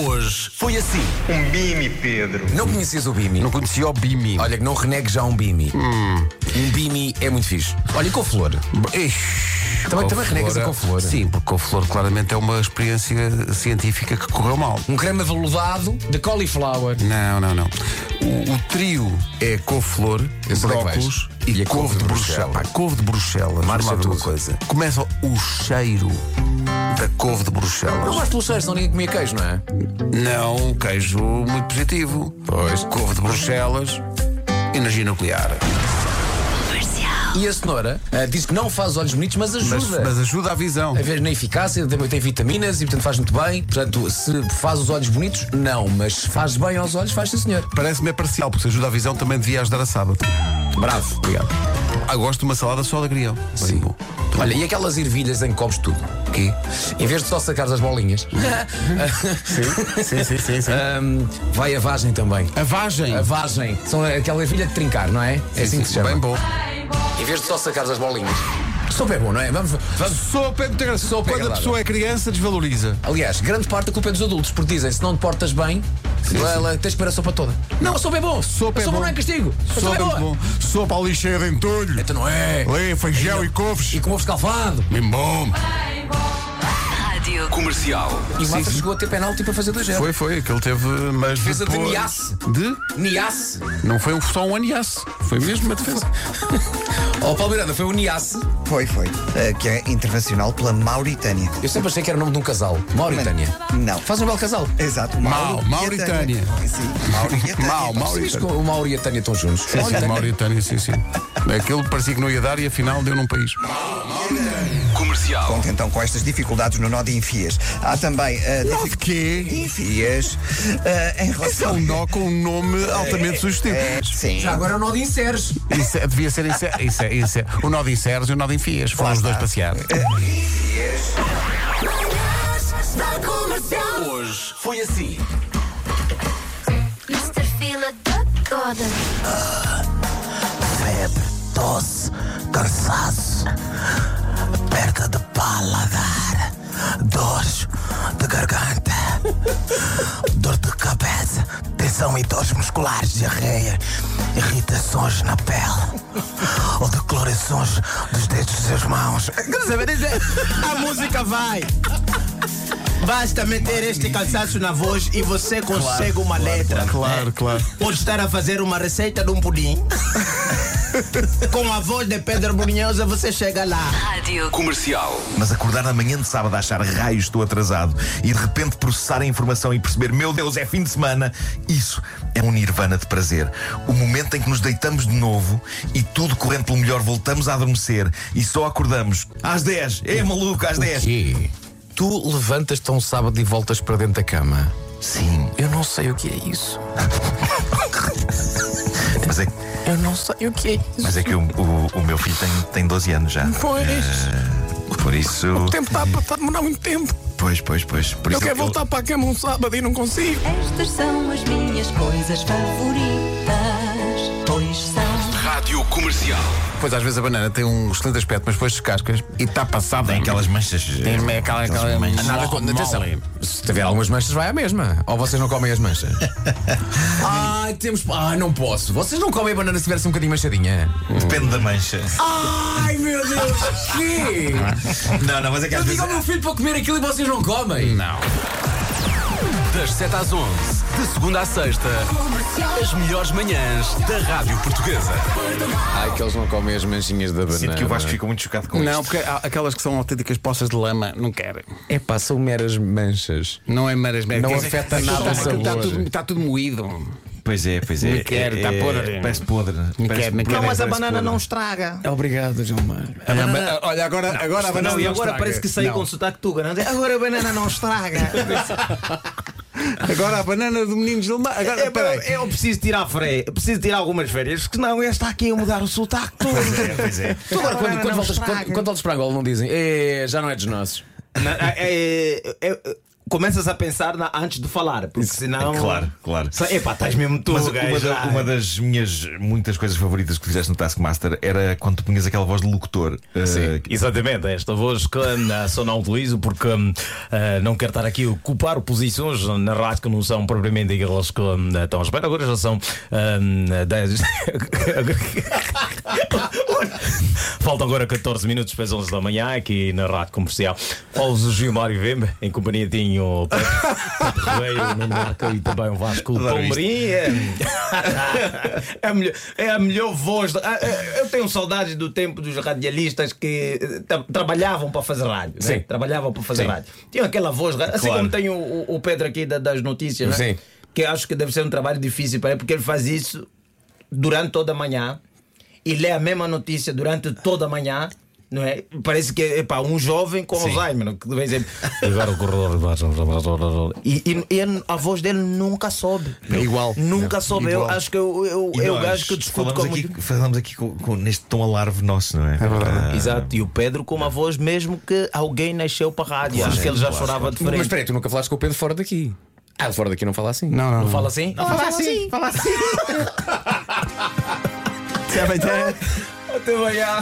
hoje foi assim. Um Bimi, Pedro. Não conheces o Bimi? Não conhecia o Bimi. Olha, que não renegues já um Bimi. Um Bimi é muito fixe. Olha, e com flor. Ixi, Também- com também renegas é a couve-flor. Sim, porque com flor claramente é uma experiência científica que correu mal. Um creme aveludado de cauliflower. Não, não, não. O, o trio é couve-flor, Eu sei onde é que brócolis vais. e, E a couve de Bruxelas. Pá, couve de Bruxelas, vamos lá ver uma tudo. coisa. Começa o cheiro da couve de Não Bruxelas. gosto pelo cheiro, senão ninguém comia queijo, não é? Não, um queijo muito positivo. Pois. Couve de Bruxelas, energia nuclear. E a cenoura ah, diz que não faz olhos bonitos, mas ajuda. Mas, mas ajuda a visão. A ver na eficácia, também tem vitaminas e portanto faz muito bem. Portanto, se faz os olhos bonitos, não, mas se faz bem aos olhos, faz sim senhor. Parece-me é parcial, porque se ajuda a visão também devia ajudar a sábado. Bravo, obrigado. Ah, gosto de uma salada só de agrião. Sim. Bom. Olha, e aquelas ervilhas em que comes tudo? Quê? Em vez de só sacares as bolinhas, Sim, sim, sim. sim. ahm, vai a vagem também. A vagem. A vagem, são aquela ervilha de trincar, não é? é assim que se chama. Bem bom. Em vez de só sacares as bolinhas. Sopa é bom, não é? Vamos, vamos. Sopa é muito engraçado. Sopa Quando é a agradável. pessoa é criança, desvaloriza. Aliás, grande parte da culpa é dos adultos, porque dizem se não te portas bem, ela- tens de comer a sopa toda. Não, a sopa é bom. Sopa a é sopa bom. não é castigo. A sopa, é muito boa. bom. Sopa ali cheia de entulho. Então não é. Lê, feijão e couves. E com ovo escalfado. Bem bom. Rádio. Comercial. E o Mata chegou a ter penalti para fazer 2 0 Foi, foi, que ele teve, mas Defesa de depois- Niasse. De? Niasse. Não foi um, só um aniasse. Foi mesmo uma defesa. Ó, Paulo Miranda, Oh, foi o Niasse. Foi, foi. Eh, que é internacional pela Mauritânia. Eu sempre achei que era o nome de um casal. Mauritânia. Não. Faz um belo casal. Exato. Mau, Mauro e a Tânia. Mauritânia. Sim, um Mauro e a Tânia. é Mau, Sabes que Mauritânia. o Mauro e a Tânia estão juntos. Sim, Mauritânia, sim, sim. Aquilo parecia que não ia dar e afinal deu num país. Comercial. Conta então com estas dificuldades no nó de enfias. Há também. eh, Nó dific- de quê? Enfias. eh, em Esse é relação. um nó com um nome altamente sugestivo. Eh, sim. Já agora é o nó de inseres. Isso é- devia ser inser, isso é- isso é- o nó de inseres e o nó de enfias. Foram os dois passear. É, Hoje foi assim. Mr. Fila da Goda. febre, tosse, cansaço, perda de paladar, dores de garganta, dor de cabeça, tensão e dores musculares, diarreia, irritações na pele ou decolorações dos dedos das mãos. Quer saber dizer, a música vai. Basta meter este cansaço na voz e você consegue uma letra. Claro, claro. Pode estar a fazer uma receita de um pudim. Com a voz de Pedro Brunhosa, você chega lá. Rádio. Comercial. Mas acordar na manhã de sábado a achar raios, estou atrasado e de repente processar a informação e perceber, meu Deus, é fim de semana, isso é um nirvana de prazer. O momento em que nos deitamos de novo e tudo correndo pelo melhor, voltamos a adormecer e só acordamos às 10. É maluco, às 10. Quê? Tu levantas-te um sábado e voltas para dentro da cama. Sim, Eu não sei o que é isso. mas é, Eu não sei o que é isso. mas é que o, o- o meu filho tem, tem 12 anos já. Eh, Pois. Por isso. O tempo tá está a demorar muito tempo. Pois, pois, pois. Eu Por isso quero ele- voltar para a cama um sábado e não consigo. Estas são as minhas coisas favoritas, pois são. Rádio Comercial. Pois às vezes a banana tem um excelente aspecto, mas depois descascas e está passada. Tem aquelas manchas. Tem aquela, aquela manchas. nada Nada contra- contra. Atenção. Se tiver algumas manchas, vai à mesma. Ou vocês não comem as manchas? Ai, temos. Ai, não posso. Vocês não comem banana se tivesse um bocadinho manchadinha? Depende da mancha. Ai, meu Deus! Que? Não, não, mas é que Eu às vezes. digo ao meu filho para comer aquilo e vocês não comem. Não. Das 7 às 11. De segunda à sexta. As melhores manhãs da Rádio Portuguesa. Ai, que eles não comem as manchinhas da banana. Sinto que o Vasco ficou muito chocado com Não, isto. porque há aquelas que são autênticas poças de lama, não querem. É pá, são meras manchas. Não é meras Não quer afeta aquilo nada o está- aquilo sabor. Está tudo, está tudo moído. Pois é, pois é. Me quer, É, tá é, podre. Parece podre. Parece- quer, me quer. Não, mas a banana não estraga. Obrigado, João Mar. Olha, ba- olha, agora, agora a banana. Não, e agora estraga. parece que saiu Não. com sotaque tuga, não é? Agora a banana não estraga. Agora a banana do menino de lama. Agora, É, peraí. um eu preciso tirar freio, eu preciso tirar algumas férias, porque não, está aqui a mudar o sotaque todo. Pois é. Tu agora, Quando, quando, não voltas, quando, estraga. é quando voltas para Angola, não dizem. "Eh, já não é dos nossos. Não, é- é- é- começas a pensar na- antes de falar, porque senão. Claro, claro. Só, epá, estás mesmo tu, Mas gajo. uma, da- Ai. uma das minhas muitas coisas favoritas que fizeste no Taskmaster era quando tu punhas aquela voz de locutor. eh, Sim, exatamente. Esta voz que ah, só não utilizo porque ah, não quero estar aqui a ocupar posições na rádio que não são propriamente aquelas que ah, estão à espera. Agora já são ah, 10. Faltam agora 14 minutos para as 11 da manhã aqui na rádio comercial. Aos Gilmar e Vemba, em companhia tinham o Pedro Pedro Correia, o Nuno Marco e também o Vasco Adoro isto. Palmeirim. É, é a melhor, é a melhor voz. da- ah, ah, Eu tenho saudades do tempo dos radialistas que eh, tra- trabalhavam para fazer rádio. né? Sim. Trabalhavam para fazer Sim. rádio. Tinha aquela voz, assim Claro. como tem o, o- o Pedro aqui da- das notícias, né? Sim. que acho que deve ser um trabalho difícil para ele, porque ele faz isso durante toda a manhã e lê a mesma notícia durante toda a manhã. Não é? Parece que é para um jovem com Alzheimer. Que de vez em... Agora o corredor. E, e- e a voz dele nunca sobe. Igual. Nunca soube. Eu Igual. acho que eu, eu, e é o nós gajo que discute falamos com aqui, falamos aqui com, com- neste tom alarve nosso, não é? É verdade. Exato, e o Pedro com uma voz mesmo que alguém nasceu para a rádio. acho que ele já chorava de Mas frente. espera aí, tu nunca falaste com o Pedro fora daqui. Ah, ele fora daqui não fala assim. Não, não, Não fala assim? fala assim. Fala assim. Até amanhã. Até amanhã.